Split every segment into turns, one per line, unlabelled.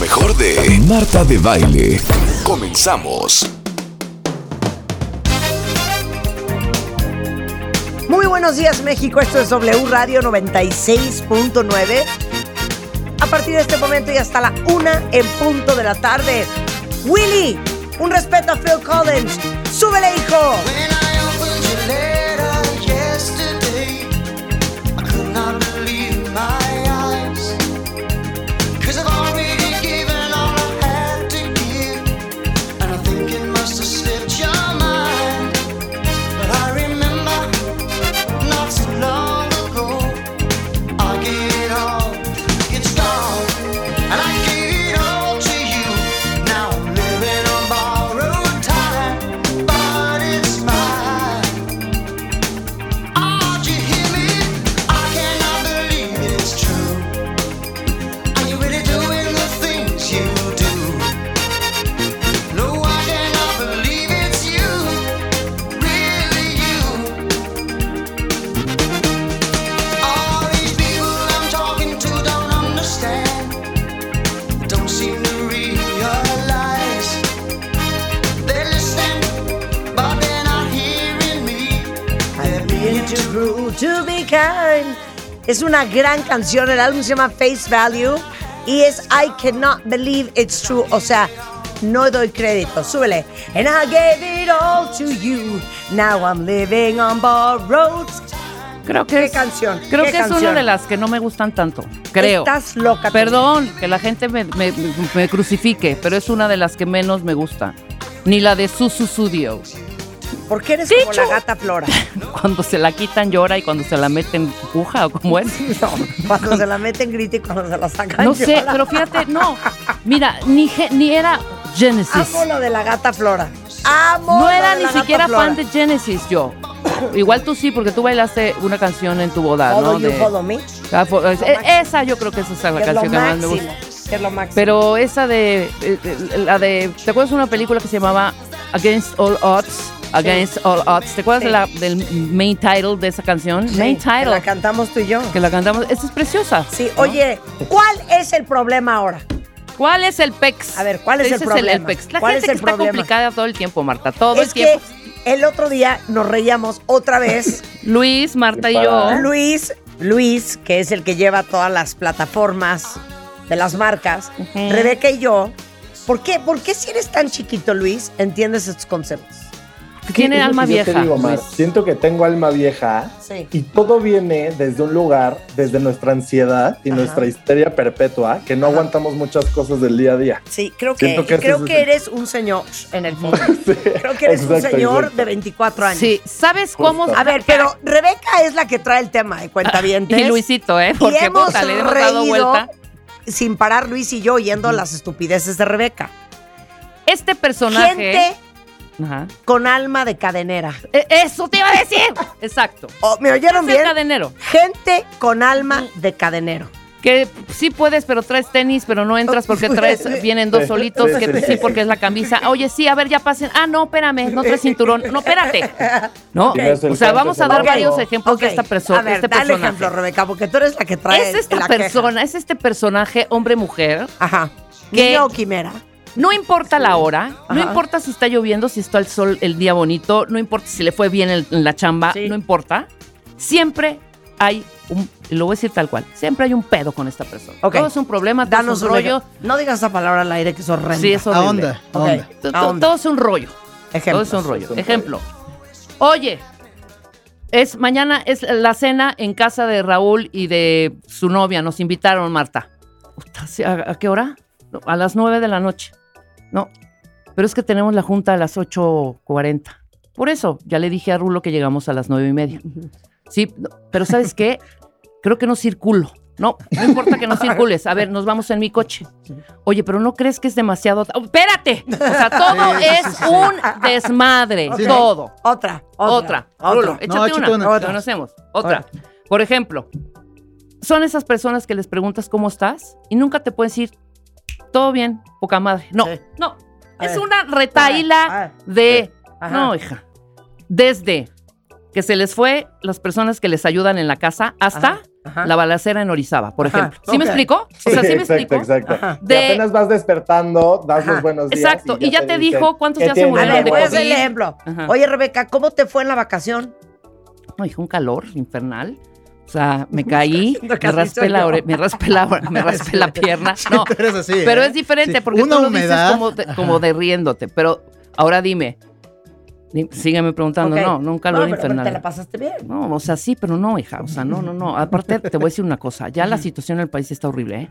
mejor de Marta de Baile. Comenzamos.
Muy buenos días México, esto es W Radio 96.9. A partir de este momento y hasta la una en punto de la tarde. Willy, un respeto a Phil Collins. ¡Súbele, hijo!
When I opened your letter yesterday, I could not believe my eyes. i I've already given all I had to give, and I think it must have slipped your mind. But I remember not so long ago, I gave it all. It's gone, and I gave it all to you. Now I'm living on borrowed time, but it's mine. Oh, do you hear me? I cannot believe it's true. Are you really doing the things you do? No, I cannot believe it's you, really you. All these people I'm talking to don't understand, don't seem to realize. They're listening, but they're not hearing me. They're being too
True to be kind. Es una gran canción. El álbum se llama Face Value y es I cannot believe it's true. O sea, no doy crédito. Súbele. And I gave it all to you. Now I'm living on borrowed.
Creo que
¿Qué
es,
canción?
Creo
¿Qué
que es
canción?
una de las que no me gustan tanto. Creo.
Estás loca.
Perdón, que la gente me, me- me crucifique, pero es una de las que menos me gusta. Ni la de Susu Studio.
¿Por qué eres como la gata Flora?
Cuando se la quitan llora y cuando se la meten puja o como es.
No, cuando se la meten grita y cuando se la sacan
No sé,
llora.
pero fíjate, no. Mira, ni, ge- ni era Genesis.
Amo lo de la gata Flora. Amo
No
lo
era
de
ni
la gata
siquiera
Flora.
fan de Genesis yo. Igual tú sí, porque tú bailaste una canción en tu boda,
Follow
¿no?
You,
De-
Follow Me.
Ah, fo- es- e- esa yo creo que esa es la
que es lo
canción que más me
máximo.
gusta.
que es lo máximo.
Pero esa de, eh, eh, la de, ¿te acuerdas de una película que se llamaba Against All Odds? Against All Odds. ¿Te acuerdas
Sí.
de la, del main title de esa canción?
Sí,
main
que
title.
la cantamos tú y yo.
que la cantamos. Esa es preciosa.
Sí,
¿no?
oye, ¿cuál es el problema ahora?
¿Cuál es el PEX?
A ver, ¿cuál es el
Ese
problema?
PEX. La
¿Cuál es
gente que
el
está
problema?
complicada todo el tiempo, Marta. Todo
es
el
que
tiempo.
el otro día nos reíamos otra vez.
Luis, Marta y yo.
¿Eh?
¿Ah?
Luis, Luis, que es el que lleva todas las plataformas de las marcas,
Ujú.
Rebeca y yo. ¿Por qué? ¿Por qué si eres tan chiquito, Luis, entiendes estos conceptos?
Tiene
Es lo
alma
que yo te
vieja.
digo, Mar.
Luis.
siento que tengo alma vieja
Sí.
y todo viene desde un lugar, desde nuestra ansiedad y
Ajá.
nuestra histeria perpetua, que no
Ajá.
aguantamos muchas cosas del día a día.
Sí, creo que,
Siento que ese
creo
es
que
el-
eres un señor en el fondo. Creo que eres un
Exacto,
señor
exacto.
de 24 años.
Sí, ¿sabes cómo?
Justo.
A ver, pero Rebeca es la que trae el tema de cuenta bien.
Ah, Y Luisito, ¿eh?
y
Porque
hemos
puta, le hemos
reído
dado vuelta.
sin parar Luis y yo oyendo las estupideces de Rebeca.
Este personaje.
Gente
Ajá.
con alma de cadenera.
E- Eso te iba a decir. Exacto.
Oh, ¿Me oyeron bien?
Cerca de enero.
Gente con alma de cadenero.
Que sí puedes, pero traes tenis, pero no entras porque traes, vienen dos solitos,
Sí,
que
sí,
sí,
sí.
porque es la camisa. Oye, sí, a ver, ya pasen. Ah, no, espérame, no traes cinturón. No, espérate. No,
Y no es el
o sea,
caso
vamos a dar
tampoco.
varios ejemplos
Ok,
de esta persona.
A ver,
este
dale
personaje.
ejemplo, Rebeca, porque tú eres la que trae
es esta
la queja.
persona, es este personaje, hombre-mujer,
Ajá.
Que-
Niño o quimera.
No importa la hora,
Ajá.
no importa si está lloviendo, si está el sol, el día bonito, no importa si le fue bien el- en la chamba,
Sí.
no importa. Siempre hay un, y lo voy a decir tal cual, siempre hay un pedo con esta persona.
Ok.
Todo es un problema, todo
Danos
es un
un
rollo.
No digas esa palabra al aire que es horrenda.
Sí, es
¿A
horrible.
onda? ¿A
Ok.
onda?
To- to-
Ahonda.
Todo es un rollo.
Ejemplo.
Todo es un rollo.
Es un
Ejemplo. Oye, es mañana es la cena en casa de Raúl y de su novia. Nos invitaron, Marta. Puta, ¿sí? ¿A, a qué hora? No, A las 9 de la noche. No. Pero es que tenemos la junta a las 8.40. Por eso, ya le dije a Rulo que llegamos a las nueve y media. Sí, no, pero ¿sabes qué? Creo que no circulo. No, no importa que no circules. A ver, nos vamos en mi coche. Oye, pero ¿no crees que es demasiado? ta- ¡Oh, ¡Espérate! O sea, todo
Sí, sí,
es
sí, sí.
un desmadre.
Sí.
Todo.
Otra,
Otra.
otra.
Rulo,
No,
échate
échate
una.
una.
Otra. Conocemos. Otra. Por ejemplo, son esas personas que les preguntas cómo estás y nunca te pueden decir todo bien, poca madre. No,
Sí.
no.
A
es
ver,
una retaíla
Ah,
de.
Ajá.
No, hija. Desde que se les fue las personas que les ayudan en la casa hasta
Ajá, Ajá.
la balacera en Orizaba, por
Ajá,
ejemplo. ¿Sí me
ok.
explico? O sea, ¿sí me
exacto,
explico?
exacto.
Ajá.
Y
De-
apenas vas despertando, das
Ajá,
los buenos días.
exacto, y ya te
dicen
dijo cuántos
qué
ya se
A
tienes,
murieron
ver,
de
voy a
COVID.
hacer el ejemplo.
Ajá.
Oye, Rebeca, ¿cómo te fue en la vacación?
No, hijo, un calor infernal. O sea, me caí,
haciendo
me
caso,
raspé,
soy
la
yo.
ore- me raspé la ore- me raspé la pierna. No,
Tú eres así,
pero
¿eh?
es diferente
Sí,
porque
una
tú lo
humedad,
dices como, de,
ajá.
como de riéndote. Pero ahora dime, di- sígueme preguntando.
Ok.
No, no, un calor
No, pero- pero
infernal.
te la pasaste bien.
No, o sea, sí, pero no, hija. O sea, no, no, no. Aparte, te voy a decir una cosa. Ya la situación en el país está horrible, ¿eh?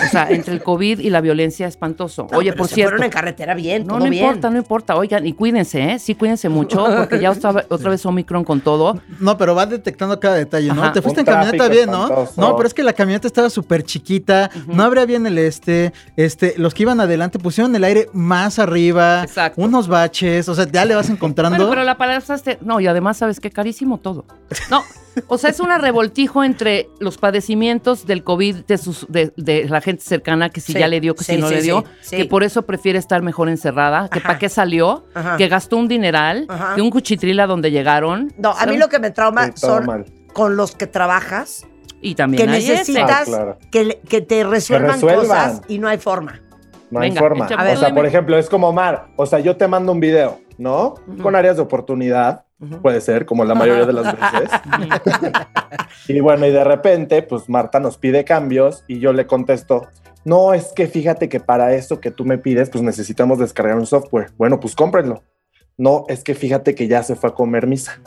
O sea, entre el COVID y la violencia, espantoso.
No,
Oye,
pero
por
se
cierto.
Fueron en carretera bien,
No,
todo
no
bien.
importa, no importa. Oigan, y cuídense, ¿eh? Sí, cuídense mucho, porque ya otra, otra vez Omicron con todo.
No, pero vas detectando cada detalle, ¿no?
Ajá.
Te fuiste
Un
en camioneta
tráfico
bien, ¿no?
espantoso.
No, pero es que la camioneta estaba súper chiquita, no abría bien el este, este, los que iban adelante pusieron el aire más arriba,
Exacto.
unos baches, o sea, ya le vas encontrando.
Bueno, pero la pasaste. No, y además, ¿sabes qué? Carísimo todo. No, o sea, es un revoltijo entre los padecimientos del COVID de, sus, de, de la gente cercana, que si
Sí,
ya le dio, que
sí,
si no
sí,
le
sí,
dio,
sí.
que por eso prefiere estar mejor encerrada, que
Ajá.
para qué salió,
Ajá.
que gastó un dineral,
Ajá.
que un cuchitril a donde llegaron.
No, a mí
¿sabes?
lo que me trauma
Sí, todo
son
mal.
con los que trabajas,
Y también
que
hay ese.
necesitas
Ah, claro.
que, le- que te resuelvan,
resuelvan.
cosas y no hay forma.
No hay
Venga,
forma.
échame
A ver.
o sea,
tú
por
dime.
ejemplo, es como Omar. O sea, yo te mando un video, ¿no? Con áreas de oportunidad,
Pues
puede ser, como la mayoría de las veces. y bueno, y de repente, pues Marta nos pide cambios y yo le contesto. No, es que fíjate que para eso que tú me pides, pues necesitamos descargar un software. Bueno, pues cómprenlo. No, es que fíjate que ya se fue a comer misa.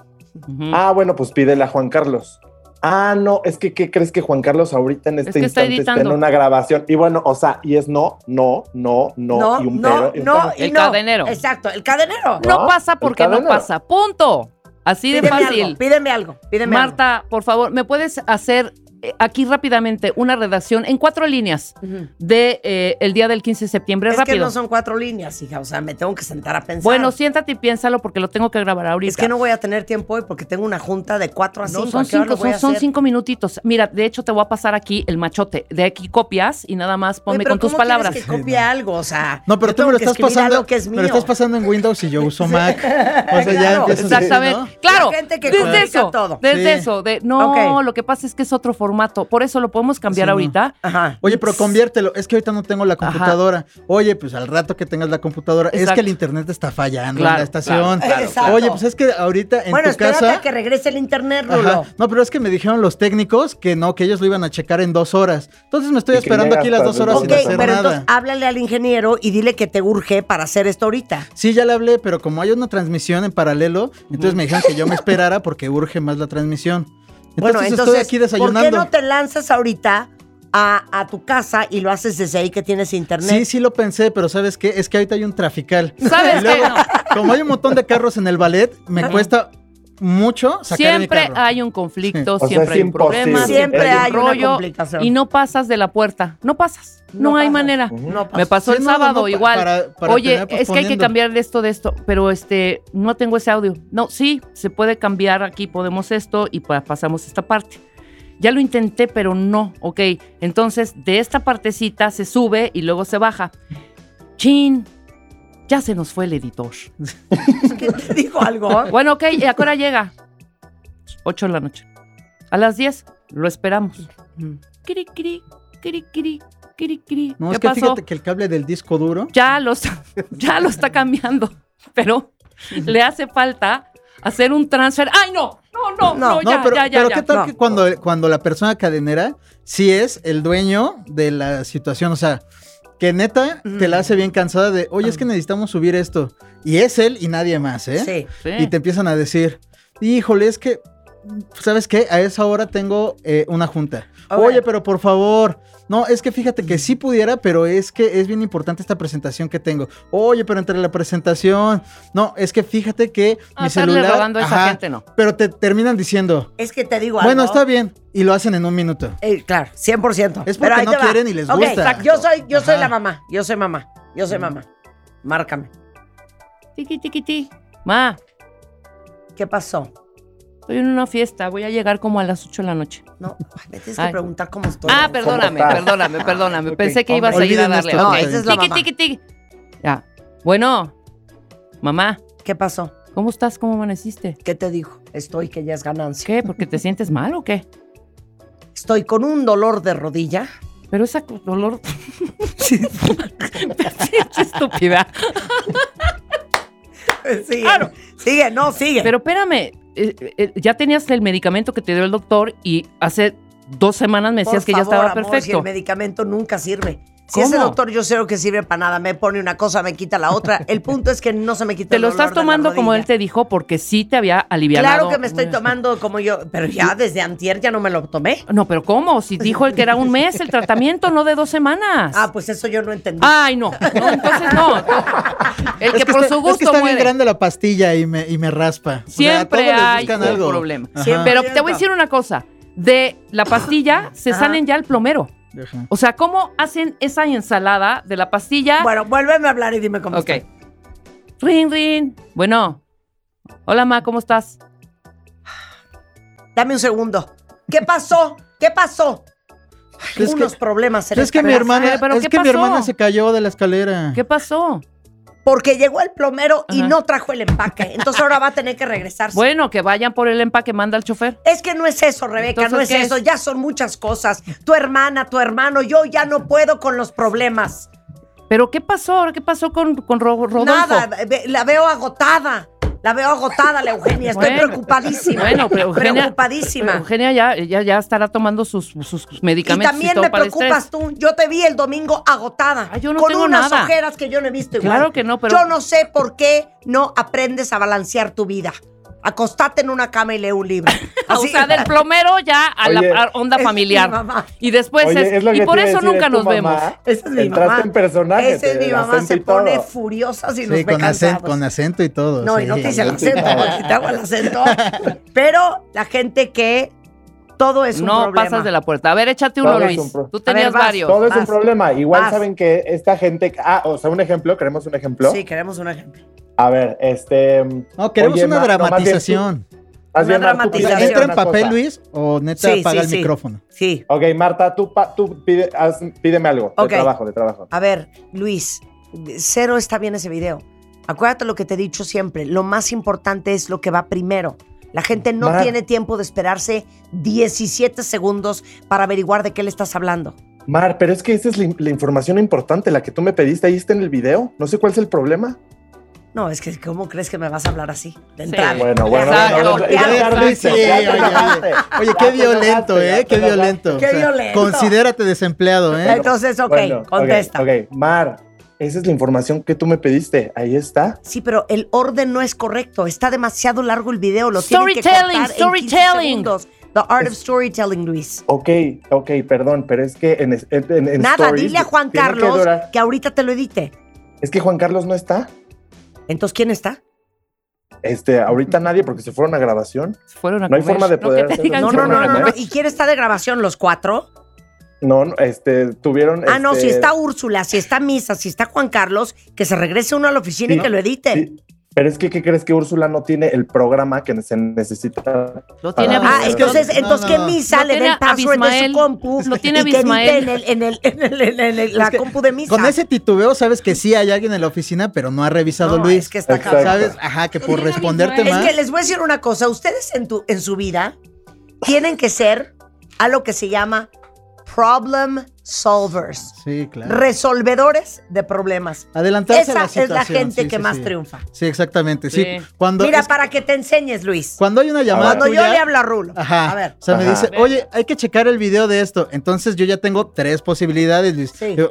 Ujú.
Ah, bueno, pues pídele a Juan Carlos. Ah, no, es que ¿qué crees que Juan Carlos ahorita en este
que está
instante está, en
editando.
una grabación? Y bueno, o sea, y es no, no, no, no,
No,
y un
no,
pero. y un
no,
pero.
y
El
no.
cadenero.
Exacto, el cadenero.
No
¿no?
pasa porque
Está
no
bueno.
pasa. Punto. Así de
pídeme
fácil.
algo, pídeme algo, pídeme
Marta, por favor, ¿me puedes hacer eh, aquí rápidamente una redacción en cuatro líneas
algo. Ujú.
de eh, el día del 15 de septiembre?
Es
Rápido.
que no son cuatro líneas, hija, o sea, me tengo que sentar a pensar.
bueno, siéntate y piénsalo porque lo tengo que grabar ahorita.
es que no voy a tener tiempo hoy porque tengo una junta de cuatro a
No,
cinco.
son
¿a qué hora
cinco,
lo voy a
son, son
hacer?
cinco minutitos. Mira, de hecho te voy a pasar aquí el machote. De aquí copias y nada más
Oye,
ponme
pero
con tus
¿cómo quieres
palabras.
que copie algo, o sea.
no, pero
yo
tú me
tengo
lo
que
estás
escribir
pasando.
algo que es
me
mío.
lo estás pasando en Windows y yo uso Mac. O sea, ya
Claro,
empiezas a decir,
Exactamente.
¿no?
Claro.
La gente que
desde
complica
eso.
todo.
Desde
Sí.
eso. De, no,
Ok.
lo que pasa es que es otro formato. Por eso lo podemos cambiar
Sí, no.
ahorita.
Ajá.
Oye, pero conviértelo. Es que ahorita no tengo la
Ajá.
computadora. Oye, pues al rato que tengas la computadora. Es
Exacto.
que el internet está fallando en
Claro,
la estación.
claro, claro, claro.
Oye, pues es que ahorita en
bueno,
tu
espérate
casa.
a que regrese el internet,
Ajá.
Rulo.
No, pero es que me dijeron los técnicos que no, que ellos lo iban a checar en dos horas. Entonces me estoy
Y que
esperando
llegas
aquí las
tarde,
dos horas
¿no?
Ok,
sin hacer
pero
nada.
ah,
entonces háblale al ingeniero y dile que te urge para hacer esto ahorita.
Sí, ya le hablé, pero como hay una transmisión en paralelo, entonces me dijeron que yo me esperara porque urge más la transmisión. Entonces,
bueno, entonces,
estoy aquí
¿por qué
desayunando.
no te lanzas ahorita a, a tu casa y lo haces desde ahí que tienes internet?
Sí, sí lo pensé, pero ¿sabes qué? Es que ahorita hay un trafical.
¿Sabes
Y luego,
qué? No.
Como hay un montón de carros en el ballet, me cuesta mucho sacar mi
Siempre
carro.
hay un conflicto,
O sea,
siempre
es
hay un
imposible.
problema,
Siempre
siempre
hay
hay un
una
rollo
complicación.
y no pasas de la puerta, no pasas, no,
No
hay
pasas.
manera.
No pasa.
Me pasó
Sí,
el
no, no,
sábado
no, pa-
igual.
para- para
Oye,
tener
es que hay que
posponiendo.
cambiar de esto de esto, pero este no tengo ese audio. No, sí, se puede cambiar aquí, podemos esto y pa- pasamos esta parte. Ya lo intenté, pero no, ok. Entonces, de esta partecita se sube y luego se baja. Chin, ya se nos fue el editor.
¿Qué te dijo algo?
Bueno, ok, ¿y a qué hora llega? 8 de la noche. A las 10 lo esperamos. Cri, cri, cri, cri, cri, cri.
Mm. No,
¿Qué
es que
pasó?
fíjate que el cable del disco duro.
Ya, lo está, ya lo está cambiando, pero le hace falta hacer un transfer. ¡Ay, no! No, no, no,
No,
No,
Oh, ya,
pero,
ya, ya,
pero
ya.
¿qué tal
no.
que cuando, cuando la persona cadenera sí es el dueño de la situación? O sea, que neta te
Mm.
la hace bien cansada de, oye, es que necesitamos subir esto. Y es él y nadie más, ¿eh?
Sí.
Sí.
Y te empiezan a decir, híjole, es que, ¿sabes qué? A esa hora tengo eh, una junta.
Ok.
Oye, pero por favor. No, es que fíjate
Mm.
que sí pudiera, pero es que es bien importante esta presentación que tengo. Oye, pero entre la presentación. No, es que fíjate que
Ah,
mi
estarle
celular.
rogando a esa gente, no.
Pero te terminan diciendo.
Es que te digo algo.
Bueno, está bien. Y lo hacen en un minuto.
Eh, claro, 100%.
Es porque
Pero ahí
no
te va.
quieren y les
Ok,
gusta.
exacto. Yo soy, yo soy
Ajá. Mm.
la mamá. Yo soy mamá. Yo soy mamá. Márcame.
Tiqui, tiqui, ti. Ma,
¿Qué pasó?
estoy en una fiesta, voy a llegar como a las 8 de la noche.
No, ay, me tienes que
Ay.
preguntar cómo estoy.
Ah, perdóname,
¿Cómo estás?
perdóname, perdóname.
Ok,
Pensé que
hombre.
ibas a ir a
Olviden
darle.
esto,
ok.
No,
está
esa es la
Tiqui,
mamá.
tiqui, tiqui. Ya. Bueno, mamá,
¿Qué pasó?
¿cómo estás? ¿Cómo amaneciste?
¿Qué te dijo? Estoy que ya es ganancia.
¿Qué? ¿Porque te sientes mal o qué?
Estoy con un dolor de rodilla.
Pero esa co- dolor. Sí, estúpida.
Sigue,
Claro.
sigue, no, sigue.
Pero espérame, eh, eh, ya tenías el medicamento que te dio el doctor y hace dos semanas me
Por
decías que ya
favor,
estaba
amor, si
perfecto.
el medicamento nunca sirve. Si
¿Cómo?
ese doctor yo sé que sirve para nada, me pone una cosa, me quita la otra. El punto es que no se me quita
Te
el
lo
dolor
estás
de la
tomando como él
rodilla.
te dijo porque sí te había aliviado.
Claro que me estoy tomando como yo, pero ya desde antier ya no me lo tomé.
No, pero ¿cómo? Si dijo el que era un mes el tratamiento, no de dos semanas.
Ah, pues eso yo no entendí.
Ay, no. No, entonces no. El que,
Es
por su
está- es que
gusto
está bien
muere.
grande la pastilla y me, y me raspa. O sea, a todos
Siempre
les
hay
buscan
un
algo.
problema.
Ajá.
Siempre.
Pero te voy a decir una cosa. De la pastilla se
Ajá.
salen ya el plomero.
Ajá.
O sea, ¿cómo hacen esa ensalada de la pastilla?
Bueno, vuélveme a hablar y dime cómo
ok.
estoy.
Rin, rin. Bueno. Hola, Ma, ¿cómo estás?
Dame un segundo. ¿Qué pasó? ¿Qué pasó? Hay
Es que-
unos problemas en
Es que
esta
mi
casa.
hermana,
¿pero
es
qué
que mi
pasó?
hermana se cayó de la escalera.
¿Qué pasó?
Porque llegó el plomero y
Ajá.
no trajo el empaque. Entonces ahora va a tener que regresarse.
Bueno, que vayan por el empaque, manda el chofer.
Es que no es eso, Rebeca,
Entonces,
no es
¿qué
eso.
es?
Ya son muchas cosas. Tu hermana, tu hermano, yo ya no puedo con los problemas.
¿Pero qué pasó? ¿Qué pasó con, con Ro- Rodolfo?
Nada, ve- la veo agotada. La veo agotada, la Eugenia. Estoy
Bueno.
preocupadísima.
Bueno, pero Eugenia,
preocupadísima.
pero Eugenia ya, ya, ya estará tomando sus, sus
y
medicamentos.
también
todo
me
para el
preocupas
estrés.
tú. Yo te vi el domingo agotada.
Ah, yo no
con
tengo
unas
nada.
ojeras que yo no he visto igual.
Claro que no, pero-
Yo no sé por qué no aprendes a balancear tu vida. Acostate en una cama y lee un libro.
Ah, O
Así-
sea, del plomero ya a la
Oye.
a- onda
Es mi
familiar.
mamá.
Y después Pues es,
Oye, es lo
y
que
por
te iba a
eso
decir,
nunca
es tu
nos
mamá.
vemos.
Esa es mi
Entraste
mamá.
en personaje,
Esa es
te-
mi
el
mamá. Se
acento y
pone
todo.
furiosa si nos
Sí,
ve
con acento,
cansados.
con acento y todo.
No,
sí.
y no te hice el
Sí,
acento,
sí.
porque te hago el acento. Pero la gente que todo es un
no
problema.
pasas de la puerta. A ver, échate uno,
Todo es
Luis.
un pro-
Tú tenías
A ver, vas.
varios.
Todo es un
Vas.
problema. Igual
Vas.
saben que esta gente. Ah, o sea, un ejemplo, queremos un ejemplo.
Sí, queremos un ejemplo.
A ver, este.
No, queremos
oye,
una
Ma- no, más bien tú-
dramatización.
Una
más bien, Mar, tú
O
pides
sea,
dramatización.
¿Entra en
una
papel,
cosa.
Luel, o neta
Sí,
apaga
sí,
el
sí.
micrófono?
Sí.
Ok, Marta, tú, pa- tú pide- haz- pídeme algo
Ok.
de trabajo, de trabajo.
A ver, Luis, de- cero está bien ese video. Acuérdate lo que te he dicho siempre. Lo más importante es lo que va primero. La gente no
Ma-
tiene tiempo de esperarse 17 segundos para averiguar de qué le estás hablando.
Mar, pero es que esa es la, in- la información importante, la que tú me pediste, ahí está en el video. No sé cuál es el problema.
No, es que ¿cómo crees que me vas a hablar así? De
Sí.
entrada.
Bueno, bueno,
Exacto.
bueno, bueno, ya
Ya,
te ardiste,
sí,
ya te
oye,
enojaste,
Oye,
Ah, ya
qué
te
violento,
enojaste,
¿eh?
ya te
Qué
enojaste.
violento.
Qué violento.
Considérate desempleado, ¿eh?
Entonces, ok,
Bueno,
contesta.
Ok, ok. Mar, esa es la información que tú me pediste, ahí está.
Sí, pero el orden no es correcto. Está demasiado largo el video. Lo tienen que cortar
Storytelling,
en 15
storytelling.
segundos. The art of storytelling, Luis.
Ok, ok, perdón, pero es que en, es- en- en- en
Nada,
stories
dile a Juan
tiene que
Carlos que,
durar-
ahorita te lo edite.
es que Juan Carlos no está.
Entonces, ¿quién está?
Este, ahorita nadie porque se fueron a grabación.
Fueron a
No hay
comer.
forma de
No,
poder
que te
hacerlo.
digan
No,
que
no,
fueron
no,
a
¿eh?
no, no.
comer.
¿Y quién está de grabación? ¿Los cuatro?
No, no, este, tuvieron.
Ah, no,
este,
si está Úrsula, si está Misa, si está Juan Carlos, que se regrese uno a la oficina y
Sí,
que lo edite.
sí, Pero es que, ¿qué crees que Úrsula no tiene el programa que se necesita?
Lo tiene
Ah,
Ah,
no,
entonces,
no,
entonces
no,
que
no.
Misa
Lo
le dé
tiene
el password de su
Abismael.
compu
Lo tiene
y que edite
Abismael.
en, el- en el- en el- en el- en la
Es que
compu de Misa.
Con ese titubeo sabes que sí hay alguien en la oficina, pero no ha revisado
No,
Luis.
es que está
Exacto.
cabrón.
¿Sabes? Ajá, que por responderte
Es
más.
que les voy a decir una cosa. Ustedes en, tu, en su vida tienen que ser a lo que se llama problem solvers.
Sí, claro.
Resolvedores de problemas.
Adelantarse
Esa
a la
es la
situación,
gente
sí,
que
sí,
más
sí.
triunfa.
Sí, exactamente. Sí.
Sí.
Cuando,
Mira,
es-
para que te enseñes, Luis.
cuando hay una llamada
Cuando yo
tuya-
le hablo a Rulo.
Ajá.
A ver.
O sea, me
Ajá.
dice, oye, hay que checar el video de esto. Entonces yo ya tengo tres posibilidades, Luis.
Sí.
Yo,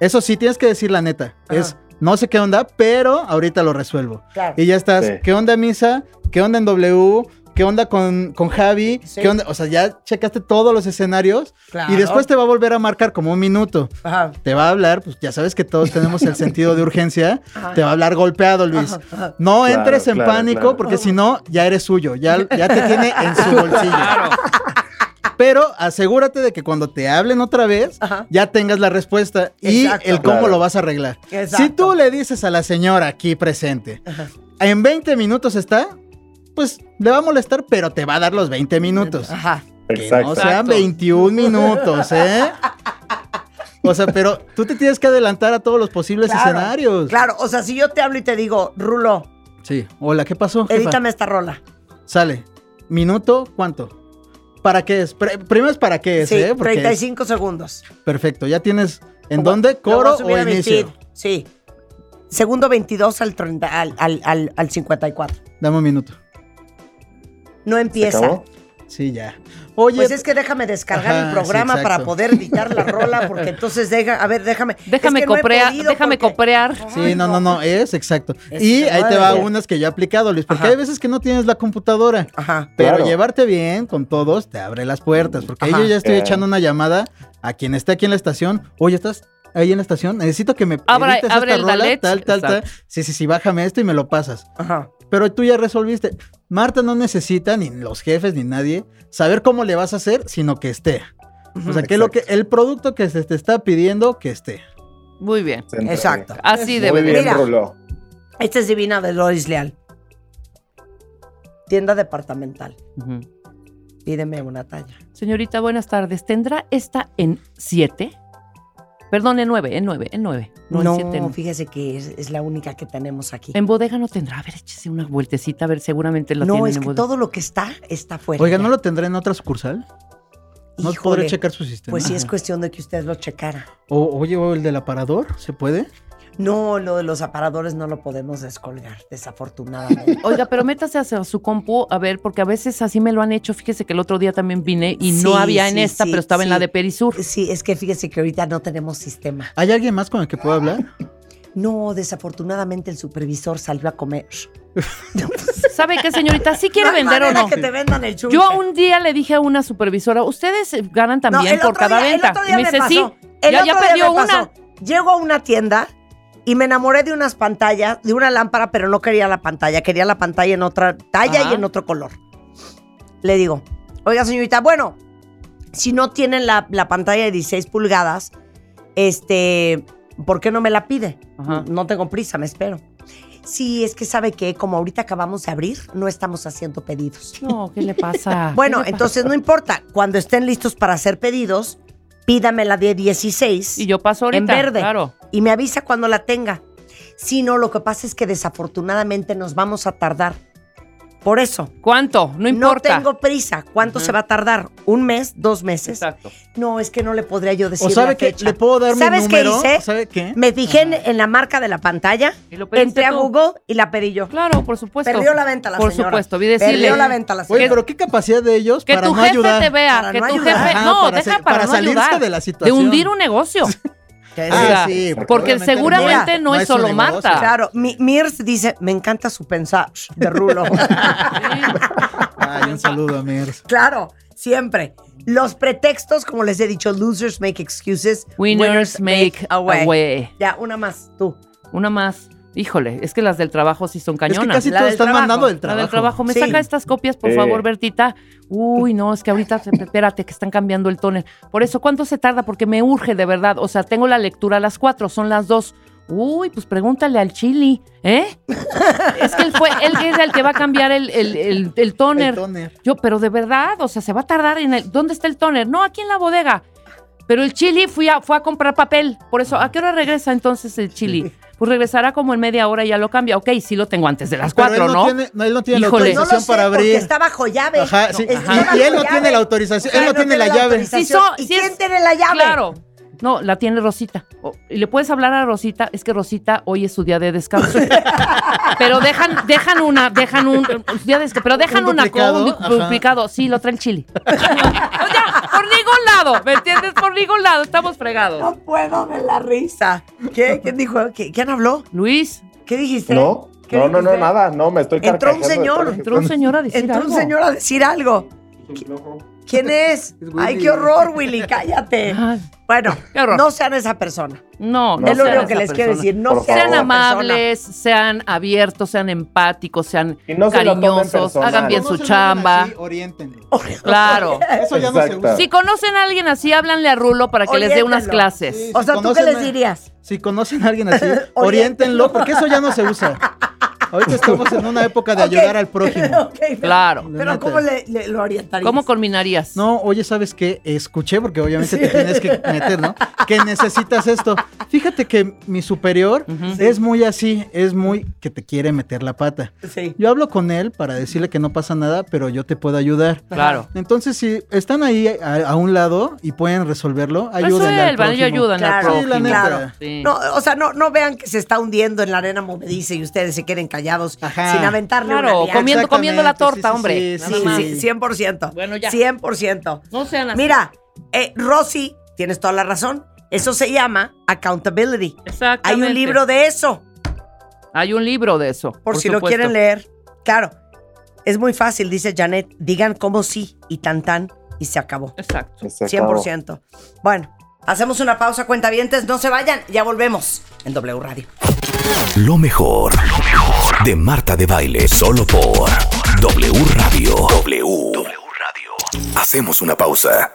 eso sí, tienes que decir la neta.
Ajá.
Es, no sé qué onda, pero ahorita lo resuelvo.
Claro.
Y ya estás,
Sí.
¿qué onda misa? ¿Qué onda en W? ¿Qué onda con, con Javi?
Sí.
¿Qué onda? O sea, ya checaste todos los escenarios
Claro.
y después te va a volver a marcar como un minuto.
Ajá.
Te va a hablar, pues ya sabes que todos tenemos el sentido de urgencia. Te va a hablar golpeado, Luis. No
Claro,
entres en
claro,
pánico
claro.
porque si no, ya eres suyo. Ya, ya te tiene en su bolsillo. Pero asegúrate de que cuando te hablen otra vez,
Ajá.
ya tengas la respuesta y
Exacto.
el cómo
Claro.
lo vas a arreglar.
Exacto.
Si tú le dices a la señora aquí presente, en 20 minutos está, pues le va a molestar, pero te va a dar los 20 minutos.
Ajá.
Que no
Exacto.
sean
Exacto.
21 minutos, ¿eh? O sea, pero tú te tienes que adelantar a todos los posibles escenarios.
Claro, o sea, si yo te hablo y te digo, Rulo,
Sí. Hola, ¿qué pasó? jefa?
edítame esta rola.
Sale. Minuto, ¿cuánto? ¿Para qué es? Pre- primero es para qué es,
Sí,
¿eh? Porque-
35 segundos.
Perfecto, ya tienes en
Lo voy-
dónde,
lo voy a
coro
subir
o
a mi feed,
inicio.
Sí. Segundo 22 al, 30, al, al, al, al 54.
Dame un minuto.
No
¿Se
empieza.
acabó?
Sí, ya. Oye,
Pues es que déjame descargar
Ajá,
el
sí,
programa
exacto.
para poder editar la rola, porque entonces deja, a ver, déjame.
Déjame
es que no he
coprear,
podido
déjame
porque-
coprear.
sí, no, no, no, es exacto.
Es
y
que
ahí
no
te va
debería.
unas que yo he aplicado, Luis, porque
Ajá.
hay veces que no tienes la computadora.
Ajá.
Pero
Claro.
llevarte bien con todos te abre las puertas, porque ahí
Ajá.
yo ya estoy
Eh.
echando una llamada a quien esté aquí en la estación. Oye, ¿estás ahí en la estación? Necesito que me
Abra-
edites
abre el Dalet.
tal, tal, tal.
Exacto.
Sí, sí, sí, bájame esto y me lo pasas.
Ajá.
Pero tú ya resolviste. Marta no necesita, ni los jefes, ni nadie, saber cómo le vas a hacer, sino que esté. O sea, que, lo que el producto que se te está pidiendo, que esté.
Muy bien.
Se entrega.
Exacto.
Así
Muy
debe de
bien,
Mira.
Rulo.
Esta es divina de Loris Leal. Tienda departamental.
Ujú.
Pídeme una talla.
Señorita, buenas tardes. ¿Tendrá esta en 7? Perdón, en 9, en 9, en 9. No, en
No,
siete, no.
fíjese que es, es la única que tenemos aquí.
En bodega no tendrá. A ver, échese una vueltecita, a ver, seguramente la
No,
tienen
es
en
que
bodega.
todo lo que está, está fuera.
Oiga, ¿no lo tendré en otra sucursal? No
Híjole,
podré checar su sistema.
Pues sí, es cuestión de que usted lo checara.
O- oye, ¿o el del aparador? ¿Se puede?
No, lo de los aparadores no lo podemos descolgar, desafortunadamente.
Oiga, pero métase hacia su compu, a ver, porque a veces así me lo han hecho. Fíjese que el otro día también vine y no
Sí,
había en
sí,
esta,
sí,
pero estaba en
sí.
la de Perisur.
Sí, es que fíjese que ahorita no tenemos sistema.
¿Hay alguien más con el que pueda hablar?
No, desafortunadamente el supervisor salió a comer.
¿Sabe qué, señorita? ¿Sí quiere
No hay
vender o
manera
no?
que te vendan el chunche.
Yo un día le dije a una supervisora, ustedes eh, ganan
No,
también
el
por
otro
cada
día-
venta.
El otro
Y
día
me
me
dice,
pasó.
sí,
El otro
ya, ya
día
perdió
me pasó.
una.
Llego a una tienda y me enamoré de unas pantallas, de una lámpara, pero no quería la pantalla. Quería la pantalla en otra talla
Ajá.
y en otro color. Le digo, oiga, señorita, bueno, si no tienen la, la pantalla de 16 pulgadas, este, ¿por qué no me la pide?
Ajá.
No tengo prisa, me espero. Sí, es que sabe que como ahorita acabamos de abrir, no estamos haciendo pedidos.
No, ¿qué le pasa?
Bueno,
¿Qué le
entonces no importa. Cuando estén listos para hacer pedidos, pídame la de 16
pasa? Y
y,
yo paso ahorita.
en verde.
Claro.
me avisa cuando la tenga. Si no, lo que pasa es que desafortunadamente nos vamos a tardar. Por eso,
¿Cuánto? No importa.
tengo prisa. ¿Cuánto
Ujú.
se va a tardar? ¿Un mes? ¿Dos meses?
Exacto.
No, es que no le podría yo decir
¿O sabe
la
que
fecha.
le puedo dar mi
¿Sabes
número?
qué hice?
¿Sabe qué?
Me fijé en, en la marca de la pantalla,
Y lo pediste
entré a
tú.
Google y la pedí yo.
Claro, por supuesto.
Perdió la venta la
Por
señora.
supuesto, vi decirle.
Perdió la venta la
Oye,
señora.
pero qué capacidad de ellos
Que
para
tu
no
jefe
ayudar.
te vea,
Para
que
no
tu
ayudar.
jefe,
Ajá,
no,
para
deja
sa-
para,
para
no
salirse
ayudar,
de la situación.
de hundir un negocio,
Que
Ah,
es-
sea, porque
obviamente
seguramente no es
un
solo
negocio.
Marta.
Ah, Claro, mi- Mirs dice, me encanta su pensar de Rulo.
Ay, un saludo a Mirs.
claro, siempre. Los pretextos, como les he dicho, losers make excuses.
winners make a way.
Ya, una más, tú.
Una más. Híjole, es que las del trabajo sí son
Es que
cañonas.
casi
La
todos
del
están
trabajo,
mandando del
La
trabajo.
del trabajo. Me
Sí.
saca estas copias, por
Sí.
favor, Bertita. Uy, no, es que ahorita, se- espérate, que están cambiando el tóner. Por eso, ¿cuánto se tarda? Porque me urge, de verdad. O sea, tengo la lectura a las cuatro, son las dos. Uy, pues pregúntale al chili, ¿eh? es que él fue, él es el que va a cambiar el, el, el- el
El
tóner.
tóner.
Yo, pero de verdad, o sea, se va a tardar en el. ¿Dónde está el tóner? No, aquí en la bodega. Pero el chili fui a, fue a comprar papel. Por eso, ¿a qué hora regresa entonces el chili? Pues regresará como en media hora y ya lo cambia. Ok, sí lo tengo antes de las
Pero
cuatro,
él
¿no?
Tiene, no, él no tiene
Híjole.
No
la
lo
autorización
sé,
para
porque
abrir.
está bajo llave.
Ajá, sí.
Está
Ajá.
bajo
Y él no
llave.
tiene la autorización.
Ajá,
él no, tiene la llave.
autorización.
Sí, so-
¿Y
sí
quién
es-
tiene la llave?
Claro. No, la tiene Rosita. O- Y le puedes hablar a Rosita, es que Rosita hoy es su día de descanso. pero dejan, dejan una, dejan un un día de descanso, pero dejan
Un
una
duplicado,
con un
ajá.
du- duplicado. Sí, lo trae el chili. o sea, por ningún lado, ¿me entiendes? Por ningún lado, estamos fregados.
No puedo de la risa. ¿Qué? ¿Quién dijo? ¿Qué- ¿Quién habló?
Luis,
¿Qué dijiste?
No,
¿Qué
no, no, no,
dijiste?
nada. No, me estoy
Entró un
carcajando de
señor,
todo lo que
entró un
están-
señor a decir
Entró un
algo.
señor a decir algo. ¿Quién es? Ay, qué horror, Willy, cállate.
Ah.
Ay,
Bueno,
Qué horror.
no sean esa persona.
No, no
es lo
sean
único que
esa
les quiero
persona.
decir. No
Por
sean
favor.
Sean
esa
amables, sean abiertos, sean empáticos, sean
Y no se lo tomen
cariñosos,
personal.
hagan bien
No
su
se lo hagan
chamba.
así, oriéntenlo.
persona.
Claro.
Eso ya no se
Exacto.
usa.
Si conocen a alguien así, háblenle a Rulo para que les dé unas
Oriéntenlo.
clases.
Sí,
O sea, ¿tú qué
Conóceme.
les dirías?
Si conocen a alguien así,
Oriéntenlo.
oriéntenlo, porque eso ya no se usa. Ahorita estamos en una época de
Ok.
ayudar al prójimo.
Ok, pero-
Claro.
Pero ¿cómo le, le- lo orientarías?
¿Cómo culminarías?
No, oye, ¿sabes qué? Escuché, porque obviamente te tienes que meter, ¿no? Que necesitas esto. Fíjate que mi superior
Ujú.
es muy así, es muy que te quiere meter la pata.
Sí.
Yo hablo con él para decirle que no pasa nada, pero yo te puedo ayudar.
Claro.
Entonces, si están ahí a, a un lado y pueden resolverlo, ayúdenle al
Resuelvan, ellos
prójimo.
ayudan Pues al
Claro,
Sí, la
prójimo.
neta.
claro.
Sí.
No, o sea, no, no vean que se está hundiendo en la arena movediza y ustedes se queden callados
Ajá.
sin aventarle
Claro,
una
comiendo-
Exactamente,
comiendo la torta,
sí, sí,
hombre.
sí,
Nada
Sí,
más.
sí, 100%.
Bueno, ya.
100%.
No sean así.
Mira, eh, Rosy, tienes toda la razón. Eso se llama accountability. Hay
Exactamente.
un libro de eso,
Hay un libro de eso.
por, si lo
supuesto.
quieren leer. Claro, es muy fácil, dice Janet. Digan cómo sí y tan tan y se acabó.
Exacto.
Se acabó.
100%. Bueno, hacemos una pausa, cuentavientes. No se vayan, ya volvemos en W Radio.
Lo mejor, lo mejor de Marta de Baile, solo por W Radio. W, Radio. Hacemos una pausa.